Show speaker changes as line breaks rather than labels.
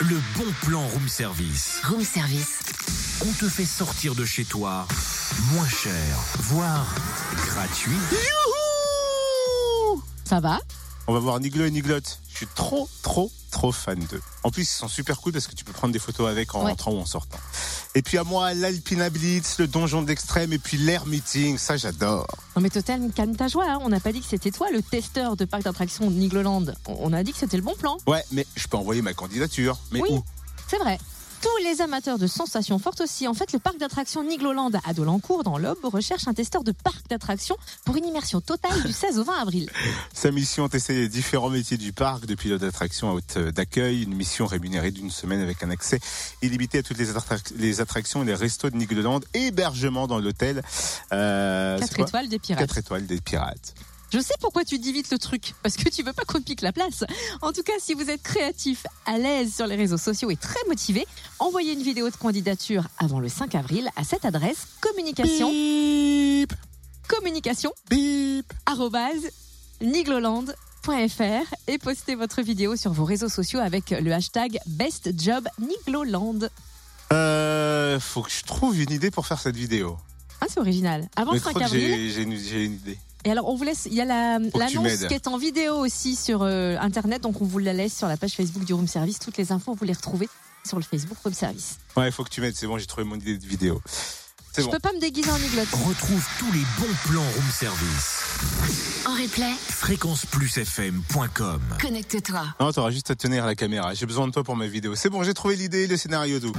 Le bon plan room service.
Room service.
On te fait sortir de chez toi moins cher, voire gratuit.
Ça va
On va voir Niglo et Niglotte. Je suis trop, trop, trop fan d'eux. En plus, ils sont super cool parce que tu peux prendre des photos avec en
Ouais.
rentrant ou en sortant. Et puis à moi, l'Alpina Blitz, le Donjon d'Extrême et puis l'Air Meeting. Ça, j'adore.
Non mais Total, calme ta joie. hein. On n'a pas dit que c'était toi le testeur de parc d'attractions de Nigloland. On- On a dit que c'était le bon plan.
Ouais, mais je peux envoyer ma candidature. Mais
Oui.
où
C'est vrai. Tous les amateurs de sensations fortes aussi. En fait, le parc d'attractions Nigloland à Dolencourt, dans l'Aube, recherche un testeur de parc d'attractions pour une immersion totale du 16 au 20 avril.
Ah, Sa mission, tester les différents métiers du parc, de pilote d'attraction à hôte d'accueil, une mission rémunérée d'une semaine avec un accès illimité à toutes les, attrac- les attractions et les restos de Nigloland, hébergement dans l'hôtel. Euh, c'est
4
quoi
étoiles des pirates.
Quatre étoiles des pirates.
Je sais pourquoi tu dis vite le truc, parce que tu veux pas qu'on te pique la place. En tout cas, si vous êtes créatif, à l'aise sur les réseaux sociaux et très motivé, envoyez une vidéo de candidature avant le 5 avril à cette adresse communication
Bip,
communication
bip.
arobase nigloland.fr et postez votre vidéo sur vos réseaux sociaux avec le hashtag BestJobNigloland.
Euh, faut que je trouve une idée pour faire cette vidéo.
Ah, c'est original. Avant
Mais
le
je
5
crois que
avril.
j'ai j'ai une, j'ai une idée.
Et alors, on vous laisse. Il y a la-
tu
l'annonce
m'aides.
qui est en vidéo aussi sur euh, Internet. Donc, on vous la laisse sur la page Facebook du Room Service. Toutes les infos, vous les retrouvez sur le Facebook Room Service.
Ouais, faut que tu m'aides, c'est bon, j'ai trouvé mon idée de vidéo. C'est
Je
bon.
peux pas me déguiser en iglotte.
Retrouve tous les bons plans room service.
En replay,
fréquenceplusfm.com
connecte-toi.
Non, t'auras juste à tenir la caméra. J'ai besoin de toi pour ma vidéo. C'est bon, j'ai trouvé l'idée, le scénario, tout.